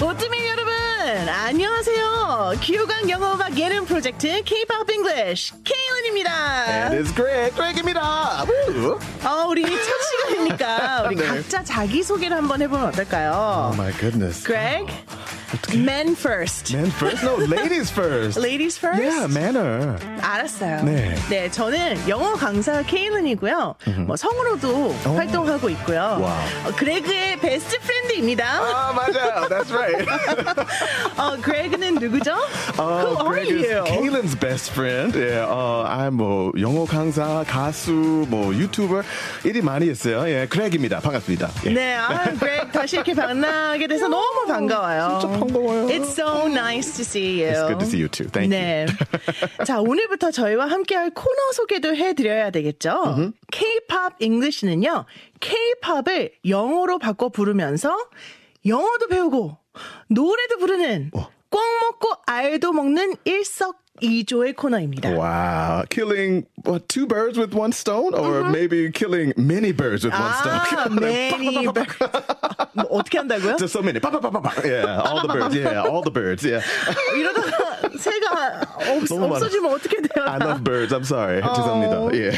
오뜨밀 여러분 안녕하세요. 귀요강 영어음악 예능 프로젝트 K-pop English 케이온입니다. And it's Greg, Greg입니다. Woo. 어, 우리 첫 시간이니까 우리 네. 각자 자기 소개를 한번 해보면 어떨까요? Oh my goodness. Greg, men first. Men first? No, ladies first. Ladies first? Yeah, manner. 알았어요. 네. 저는 영어 강사 케이른이고요. 뭐 성으로도 활동하고 있고요. 어. 와우. 어, 그레그의 베스트 프렌드입니다. Ah, 맞아요. That's right. 어, 그레그는 누구죠? Uh, Who Greg are is you? Kaylin's best friend. Yeah, uh, I'm 뭐 영어 강사, 가수, 뭐 유튜버 일이 많이 있어요. 예, Greg입니다. 반갑습니다. 예. 네, 아, 그렉 다시 이렇게 만나게 돼서 너무 반가워요. 진짜 반가워요. It's so nice to see you. It's good to see you too. Thank 네. 자, 오늘부터 저희와 함께할 코너 소개도 해드려야 되겠죠? K-pop English는요, K-pop을 영어로 바꿔 부르면서 영어도 배우고 노래도 부르는 어. 꼭 먹고 알도 먹는 일석이조의 코너입니다. you. Wow, killing what two birds with one stone, or maybe killing many birds with one 아, stone. many birds. 뭐 어떻게 한다고요? Just so many. Ba, ba, ba, ba, ba. Yeah, all the birds. Yeah, all the birds. Yeah. 이러다가 새가 없, 너무 많아. 없어지면 어떻게 돼요? I love birds. I'm sorry. 죄송합니다. 예.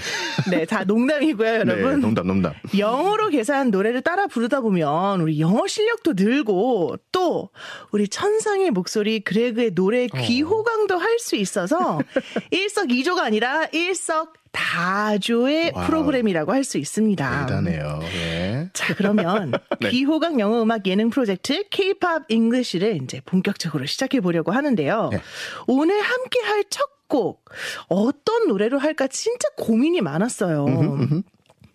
네, 다 농담이고요, 네, 여러분. 농담, 농담. 영어로 계산 노래를 따라 부르다 보면 우리 영어 실력도 늘고 또 우리 천상의 목소리 그레그의 노래 어. 귀호강도 할 수 있어서 일석이조가 아니라 일석다조의 와우. 프로그램이라고 할 수 있습니다. 네. 대단해요. 예. 자, 그러면 네. 귀호강 영어 음악 예능 프로젝트 K-pop English를 이제 본격적으로 시작해 보려고 하는데요. 네. 오늘 함께 할 첫 곡 어떤 노래로 할까 진짜 고민이 많았어요.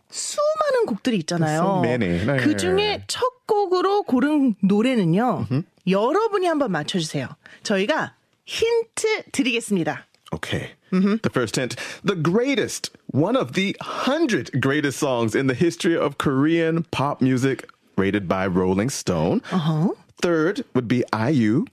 수많은 곡들이 있잖아요. So many. 네. 그 중에 첫 곡으로 고른 노래는요. 여러분이 한번 맞춰주세요. 저희가 힌트 드리겠습니다. Okay. The first hint. The greatest, one of the hundred greatest songs in the history of Korean pop music, rated by Rolling Stone. Uh-huh. Third would be IU,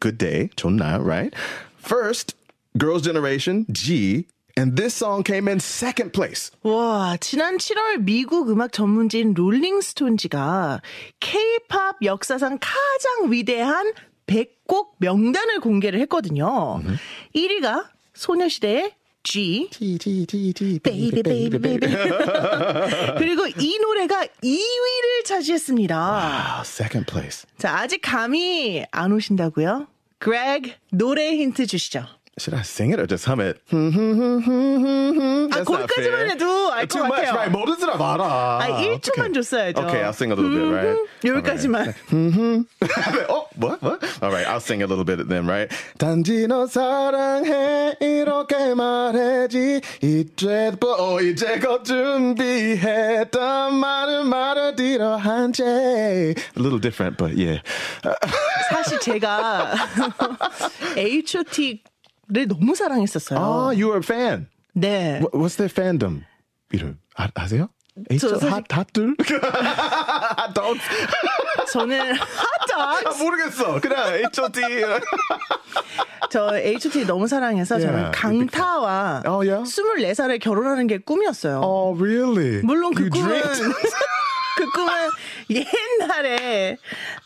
Good Day, 좋나요, right? First, Girls' Generation, G. And this song came in second place. 와, 지난 7월 미국 음악 전문지인 롤링스톤지가 K-팝 역사상 가장 위대한 100곡 명단을 공개를 했거든요. 1위가 소녀시대의 G. Baby, baby, baby. 그리고 이 노래가 2위를 차지했습니다. Wow, second place. 자, 아직 감이 안 오신다고요? Greg, 노래 힌트 주시죠. Should I sing it or just hum it? 아, That's not fair. hmm, 거기까지만 해도 알 Too 것 much, 같아요. right? 모든 사람 알아. 아, 1초만 Okay. 줬어야죠. 음, Okay, I'll sing a little bit, right? 여기까지만. oh, what? What? All right, I'll sing a little bit then, right? 단지 너 사랑해 이렇게 말해지 이제 뭐 이제껏 준비했던 말을 말하디로 한채 A little different, but yeah. 사실 제가 H.O.T.를 너무 사랑했었어요. Oh, you were a fan. 네. What, what's their fandom? 이름 아, 아세요? 저 H.O. 사실- 핫 핫들? 핫도그? 저는 핫도그. 모르겠어. 그냥 H.O.T. 저 H.O.T. 너무 사랑해서 저는 Yeah, 강타와 Oh, yeah? 24살에 결혼하는 게 꿈이었어요. oh, really? 물론 그 You 꿈은 dreamt? 그 꿈은 옛날에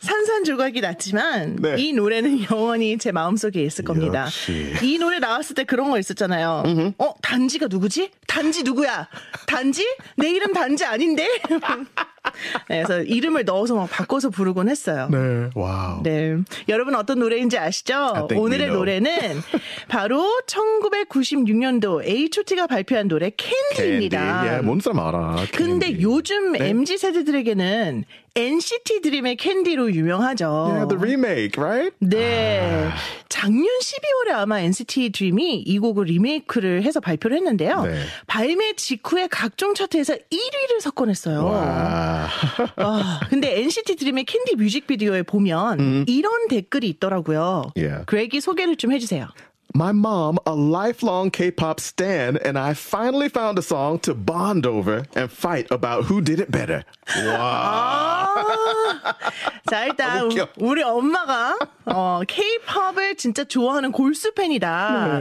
산산조각이 났지만 네. 이 노래는 영원히 제 마음속에 있을 겁니다. 역시. 이 노래 나왔을 때 그런 거 있었잖아요. 어 단지가 누구지? 단지 누구야? 단지 내 이름 단지 아닌데? 네, 그래서 이름을 넣어서 막 바꿔서 부르곤 했어요. 네. 네. 와우. 여러분 어떤 노래인지 아시죠? I think we 오늘의 know. 노래는 바로 1996년도 H.O.T가 발표한 노래 캔디입니다. 캔디. 예, 뭔 사람 알아. 근데 캔디. 요즘 네. MZ 세대들에게는 NCT 드림의 캔디로 유명하죠. Yeah, the remake, right? 네. 작년 12월에 아마 NCT 드림이 이 곡을 리메이크를 해서 발표를 했는데요. 네. 발매 직후에 각종 차트에서 1위를 석권했어요. 와. 아, 근데 NCT 드림의 캔디 음. 뮤직비디오에 보면 이런 댓글이 있더라고요. 예. 그렉이 소개를 좀 해주세요. my mom, a lifelong K pop stan, and I finally found a song to bond over and fight about who did it better. 아. 자, 일단 아, 웃겨. 우리 엄마가 어, K-팝을 진짜 좋아하는 골수 팬이다.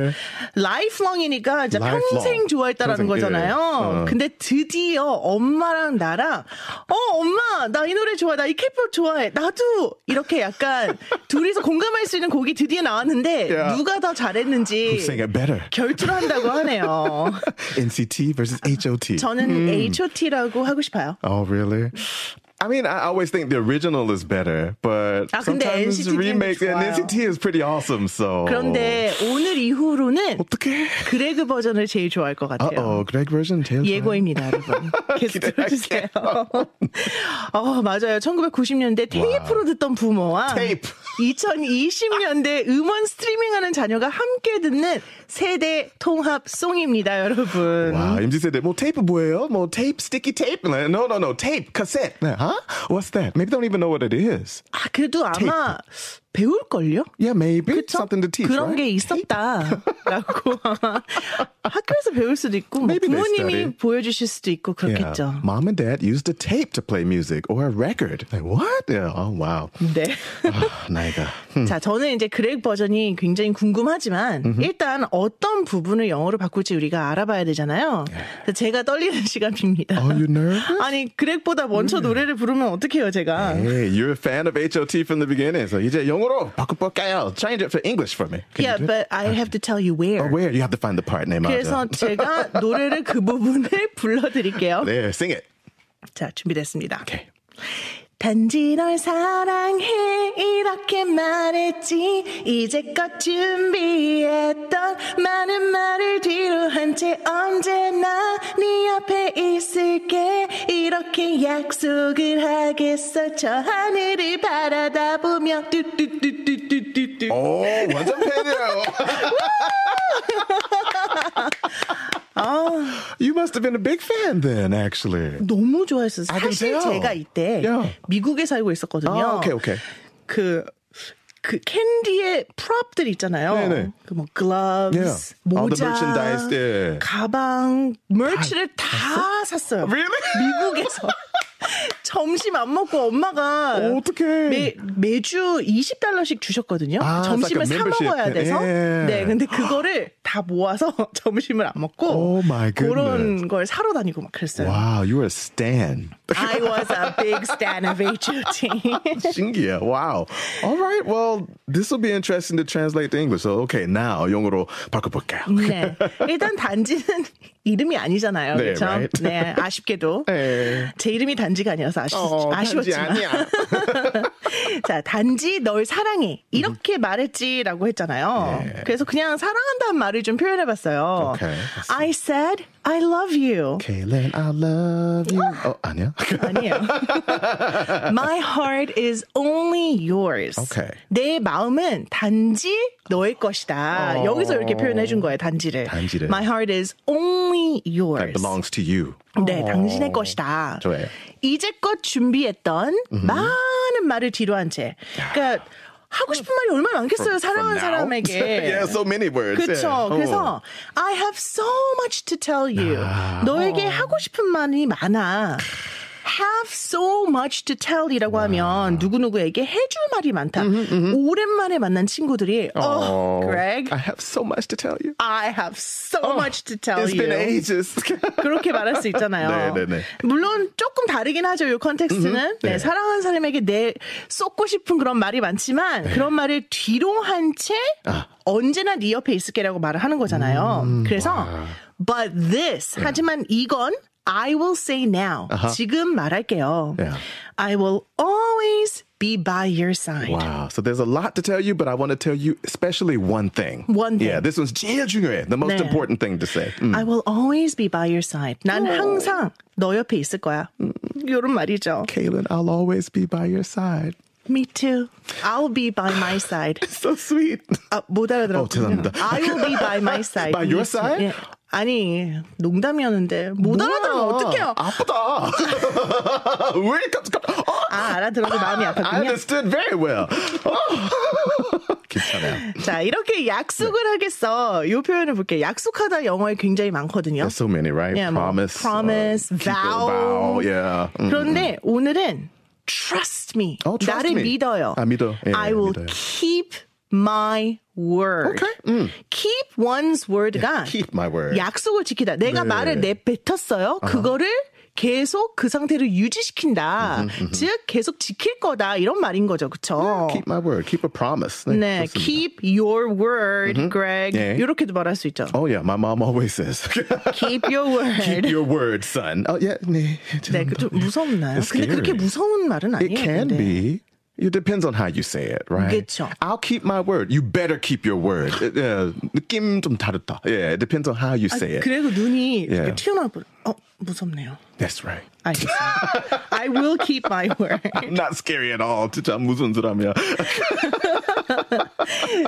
라이프롱이니까 진짜 네. Lifelong. 평생 좋아했다라는 평생, 거잖아요. 예. 어. 근데 드디어 엄마랑 나랑 어, 엄마, 나 이 노래 좋아해. 나 이 K-팝 좋아해. 나도 이렇게 약간 둘이서 공감할 수 있는 곡이 드디어 나왔는데 Yeah. 누가 더 Who sang 잘했는지 it better? 결투를 한다고 하네요. NCT versus HOT. 저는 H.O.T.라고 하고 싶어요. Oh, really? I mean, I always think the original is better, but 아, 근데 sometimes NCT 는 remakes and 좋아요. NCT is pretty awesome. So 그런데 오늘 이후로는 어. 어떡해? 그레그 버전을 제일 좋아할 것 Uh 같아요. oh, Greg version 제일 예고입니다, 여러분. 계속 기대할게요. 들어주세요. 어, 맞아요. 1990년대 테이프로 듣던 부모와 테이프. 2020년대 음원 스트리밍하는 자녀가 함께 듣는 세대 통합 송입니다, 여러분. Wow, MG said that. Well, tape 뭐예요? Well, tape, sticky tape. Like, no, no, no, tape, cassette. Like, huh? What's that? Maybe they don't even know what it is. 아, 그래도 아마 배울걸요? Yeah, maybe 그쵸? something to teach. 그런 right? 게 있었다라고 아마 학교에서 배울 수도 있고 뭐 Maybe they 부모님이 studied. 보여주실 수도 있고 그렇겠죠. Yeah. Mom and dad used a tape to play music or a record. Like, what? Yeah. Oh, wow. 네. Ah, 나이가. 자, 저는 이제 그렉 버전이 굉장히 궁금하지만 일단 어떤 부분을 영어로 바꿀지 우리가 알아봐야 되잖아요. 그래서 제가 떨리는 시간입니다. 네. Are you nervous? 음. 네. 아니 그렉보다 먼저 노래를 부르면 어떡해요 제가 Hey, you're a fan of HOT from the beginning, so 이제 영어로 바꿔볼까요? Change it for English for me. Can you Yeah do it? but I have to tell you where Oh, where? You have to find the part name. 그래서 제가 노래를 그 부분을 불러드릴게요 there, sing it. 자 준비됐습니다 Okay. 단지 널 사랑해 이렇게 말했지 이제껏 준비했던 많은 말을 뒤로 한 채 언제나 네 앞에 있을게 이렇게 약속을 하겠어 저 하늘을 바라다 보며 뚜뚜뚜뚜뚜뚜 Oh, 완전 팬이라고. You must have been a big fan then, actually. 너무 좋아했어요. I can 사실 tell. 제가 이때 Yeah. 미국에 살고 있었거든요. 아, 오케이, 오케이. 그, 그 캔디의 프롭들 있잖아요. 네네. 그뭐 gloves, Yeah. All the 모자, merchandise, yeah. 가방, merch를 다 샀어요. Really? 미국에서. 점심 안 먹고 엄마가 어떡해. 매, 매주 20달러씩 주셨거든요. 아, 점심을 it's like a 사 membership. 먹어야 돼서. 예. 네, 근데 그거를 다 모아서 점심을 안 먹고 Oh my 그런 goodness. 걸 사러 다니고 막 그랬어요. Wow, you were a stan. I was a big stan of HOT. 신기해. Wow. All right. Well, this will be interesting to translate to English. So, okay, now 영어로 바꿔볼게요. 네. 일단 단지는 이름이 아니잖아요. 네, 그렇죠? right. 네, 아쉽게도 네. 제 이름이 단지가 아니어서 아쉬, 어, 단지 아쉬웠지만. 아니야. 자, 단지 널 사랑해 이렇게 말했지라고 했잖아요. 음. 네. 그래서 그냥 사랑한다는 말을 좀 표현해봤어요. Okay, I said I love you. Kaylin, I love you. 어, 아니야? 아니에요. My heart is only yours. Okay. 내 마음은 단지 너의 것이다. 어. 여기서 이렇게 표현해 준 거예요, 단지를. 단지를. My heart is only yours. That belongs to you. 네, 당신의 것이다. 어. 좋아요. 이제껏 준비했던 많은 말을 뒤로 한 채. 그러니까 하고 싶은 말이 얼마나 많겠어요, 사랑하는 From now? 사람에게. yeah, so many words. 그쵸. yeah. 그래서 I have so much to tell you. 어. 너에게 하고 싶은 말이 많아. Have so much to tell이라고 하면 누구누구에게 해줄 말이 많다. 오랜만에 만난 친구들이 Oh, 어, Greg, I have so much to tell you. I have so much to tell 어. It's you. been ages. 그렇게 말할 수 있잖아요. 네, 네, 네. 물론 조금 다르긴 하죠. 이 컨텍스트는 네, 네. 사랑하는 사람에게 내 쏟고 싶은 그런 말이 많지만 네. 그런 말을 뒤로 한 채 아. 언제나 네 옆에 있을게라고 말을 하는 거잖아요. 음. 그래서 but this 네. 하지만 이건 I will say now 지금 말할게요. Yeah. I will always be by your side. Wow. So there's a lot to tell you, but I want to tell you especially one thing. One thing. Yeah, this one's 제일 중요해. The most 네. important thing to say. Mm. I will always be by your side. 난 항상 너 옆에 있을 거야. 이런 말이죠. Kaylin, I'll always be by your side. Me too. I'll be by my side. So sweet. 아, 못 알아들었군요. 어, 죄송합니다. I will be by my side. By your side? 예. 아니, 농담이었는데 못 알아들으면 뭐야? 어떡해요. 아프다. 왜 이렇게 갑자기- 어? 아, 알아들어도 마음이 I 아팠군요. understood very well. 괜찮아요. 자, 이렇게 약속을 네. 하겠어. 요 표현을 볼게요. 약속하다 영어에 굉장히 많거든요. There's so many, right? Yeah, 뭐, promise, uh, promise, keep your vow. vow, yeah. 음, 그런데 오늘은 trust me. 어, trust 나를 me. 믿어요. 아, 믿어. 예, I will 믿어요. keep my word. Okay. 음. Keep one's word가 Keep my word. 약속을 지키다. 내가 네. 아. 말을 내뱉었어요. 그거를 계속 그 상태를 유지시킨다. 즉 계속 지킬 거다 이런 말인 거죠, 그렇죠? Keep my word. Keep a promise. 네, 네, 좋습니다. keep your word, Greg. 예. 이렇게도 말할 수 있죠. Oh yeah, my mom always says, Keep your word. "Keep your word, son." Oh yeah, 네, 네, 그 좀 무섭나요? It's 근데 그렇게 scary. 무서운 말은 아니에요. It can 근데. be. It depends on how you say it, right? 그쵸. I'll keep my word. You better keep your word. 예, 느낌 좀 다르다. Yeah, it depends on how you 아, say it. 그리고 눈이 이렇게 예. 튀어나와 버려. 어, 무섭네요. That's right. 알겠습니다. I will keep my word. I'm not scary at all. 진짜 무슨 사람이야.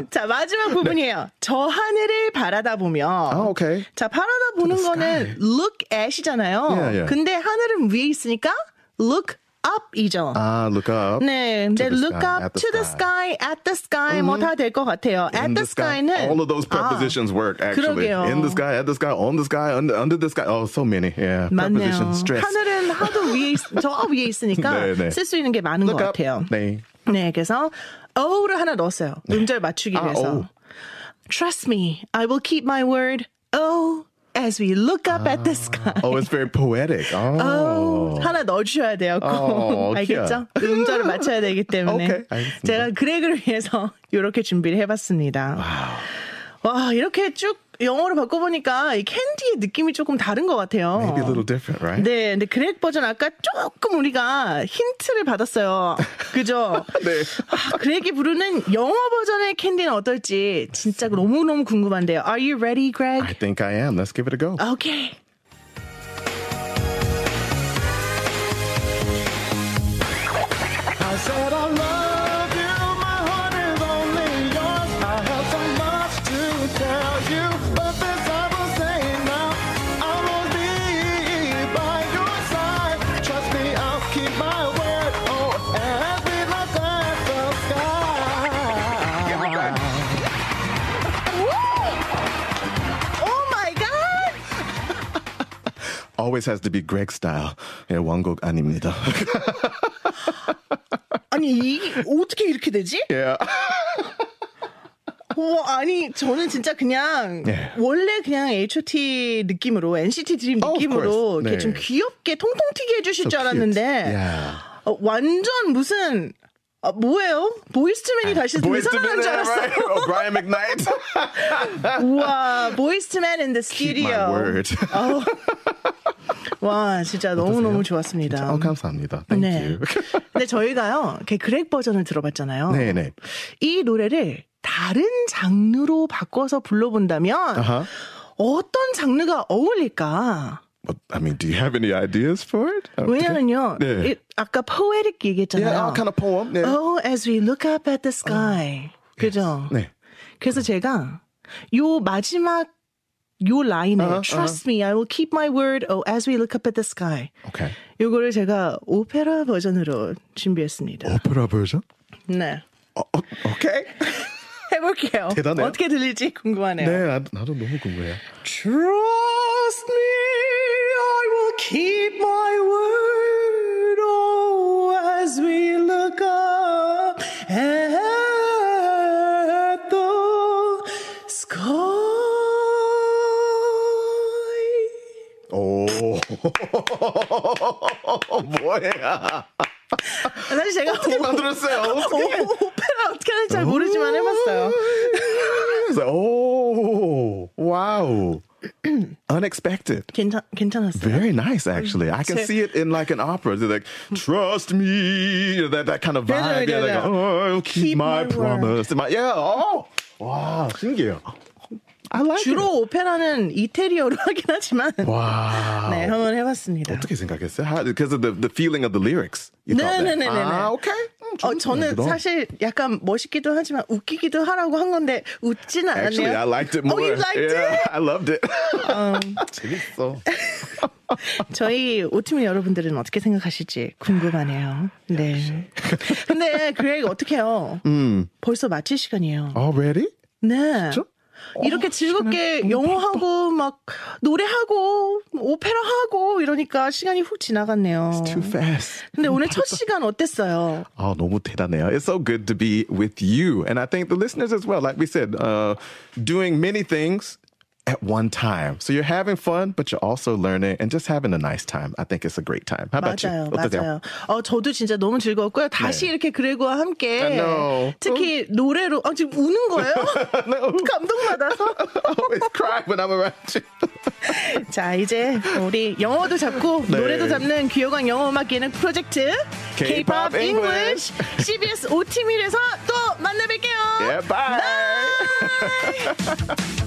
자, 마지막 부분이에요. 저 하늘을 바라다 보면. 네. 아, 오케이. 자, 바라다 보는 거는 look at이잖아요. 예, 예. 근데 하늘은 위에 있으니까 look up이죠. 아, Ah, look up. 네, To 근데 the look sky, up at the to the sky, at the sky 뭐 다 될 것 같아요. at In the, sky는 아, Ah. All of those prepositions work actually. 그러게요. In the sky, at the sky, on the sky, under, under the sky. Oh, so many. 아, Yeah. 맞네요. Preposition stress. 하늘은 하도 위에 있, 저 위에 있으니까 네, 네. 쓸 수 있는 게 많은 look 것 up. 같아요. 네. 네, 그래서 O를 하나 넣었어요. 음절 맞추기 아, 위해서. O. Trust me, I will keep my word. Oh, as we look up at the sky. Oh, it's very poetic. Oh. Oh, 하나 넣어주셔야 돼요. 꼭. 어, 알겠죠? 음절을 맞춰야 되기 때문에. 오케이, 알겠습니다. 제가 그렉을 위해서 이렇게 준비를 해봤습니다. 와, 이렇게 쭉 영어로 바꿔보니까 이 캔디의 느낌이 조금 다른 것 같아요. Maybe a little different, right? 네, 근데 그렉 버전 아까 조금 우리가 힌트를 받았어요. 그죠? 네. 아, 그렉이 부르는 영어 버전의 캔디는 어떨지 진짜 너무너무 궁금한데요. Are you ready, I Greg? think I am. Let's give it a go. Okay. I said I love you, my heart is only yours. I have so much to tell you, but this I will say now. I will be by your side. Trust me, I'll keep my word. Oh, and be like that the sky. Oh my god! Always has to be Greg style. 예, 원곡 아닙니다. 아니, 이게 어떻게 이렇게 되지? yeah. 오, 아니, 저는 진짜 그냥, 예. 원래 그냥 HOT 느낌으로, NCT 드림 of 느낌으로, course. 이렇게 네. 좀 귀엽게 통통 튀게 해주실 줄 So cute. 알았는데, Yeah. 어, 완전 무슨, 아, 뭐예요? 보이스트맨이 아, 다시 Boyz II 등산하는 Men, 줄 알았어요. right? Oh, Brian McKnight. 우와, 보이스트맨 in the studio. my word. 아우. 와, 진짜 너무너무 좋았습니다. 어, 감사합니다. Thank 네. you. 근데 저희가요, 이렇게 그렉 버전을 들어봤잖아요. 네, 네. 이 노래를 다른 장르로 바꿔서 불러본다면 Uh-huh. 어떤 장르가 어울릴까? Well, I mean, do you have any ideas for it? 왜냐면요, 네. 이- 아까 poetic 얘기했잖아요. Yeah, kind of poem. 네. 아, Oh, as we look up at the sky. 그죠? 네. 그래서 제가 요 마지막 요 라인에 아하, Trust me, I will keep my word. Oh, as we look up at the sky. Okay. 요거를 제가 오페라 버전으로 준비했습니다. 오페라 버전? 네. 어, 어, okay. 해볼게요. 대단해요. 어떻게 들릴지 궁금하네요. 네, 나, 나도 너무 궁금해요. Trust me, I will keep my word. Oh, as we look up at the sky. 오. 뭐야? 사실 제가 어떻게 오, 만들었어요? 오, 어떻게? 오페라 어떻게 하는지 잘 모르지만 해봤어요. 그래서, 오, 와우. oh, Unexpected. 괜찮 괜찮았어요. Very nice, actually. I can 제- see it in like an opera. They're like, "Trust me," you know, that that kind of Yeah, vibe. yeah, Yeah, like, yeah. "Oh, I'll keep, Keep my my, word." promise. My- yeah. Oh, wow, 신기해요. I like it. 주로 오페라는 이태리어로 하긴 하지만 Wow. 네 한번 해봤습니다. 어떻게 생각했어요? How, because of the, the feeling of the lyrics. You 네, thought that. 네, 네, 네, 네. 아, okay. Mm, 음, 어, 좋은 저는 생각이다. 사실 약간 멋있기도 하지만 웃기기도 하라고 한 건데 웃지는 않았네요. Actually, I liked it more. Oh, you liked yeah, it? 음. I loved it. 재밌어. 저희 오트밀 여러분들은 어떻게 생각하실지 궁금하네요. 네. 근데 그렉 어떡해요? 벌써 마칠 시간이에요. Already? 네. 음. 어, 진짜? 이렇게 어, 즐겁게 시간이 영어하고 막 노래하고 오페라 하고 이러니까 시간이 훅 지나갔네요. Too fast. 근데 오늘 첫 시간 어땠어요? 아, Oh, 너무 대단해요. It's so good to be with you. And I think the listeners as well, like we said, uh, doing many things at one time. So you're having fun, but you're also learning and just having a nice time. I think it's a great time. How about 맞아요, you? 어떠세요? 맞아요. 어, 저도 진짜 너무 즐거웠고요. 다시 네. 이렇게 그레고와 I 함께 know. 음. 특히 노래로 아 지금 우는 거예요? 감동받아서. I always cry when I'm around you. 자, 이제 우리 영어도 잡고 네. 노래도 잡는 귀여운 영어 음악 예능 프로젝트 K-pop K-pop English 예. CBS OT밀에서 또 만나 뵐게요. Yeah, bye. Bye.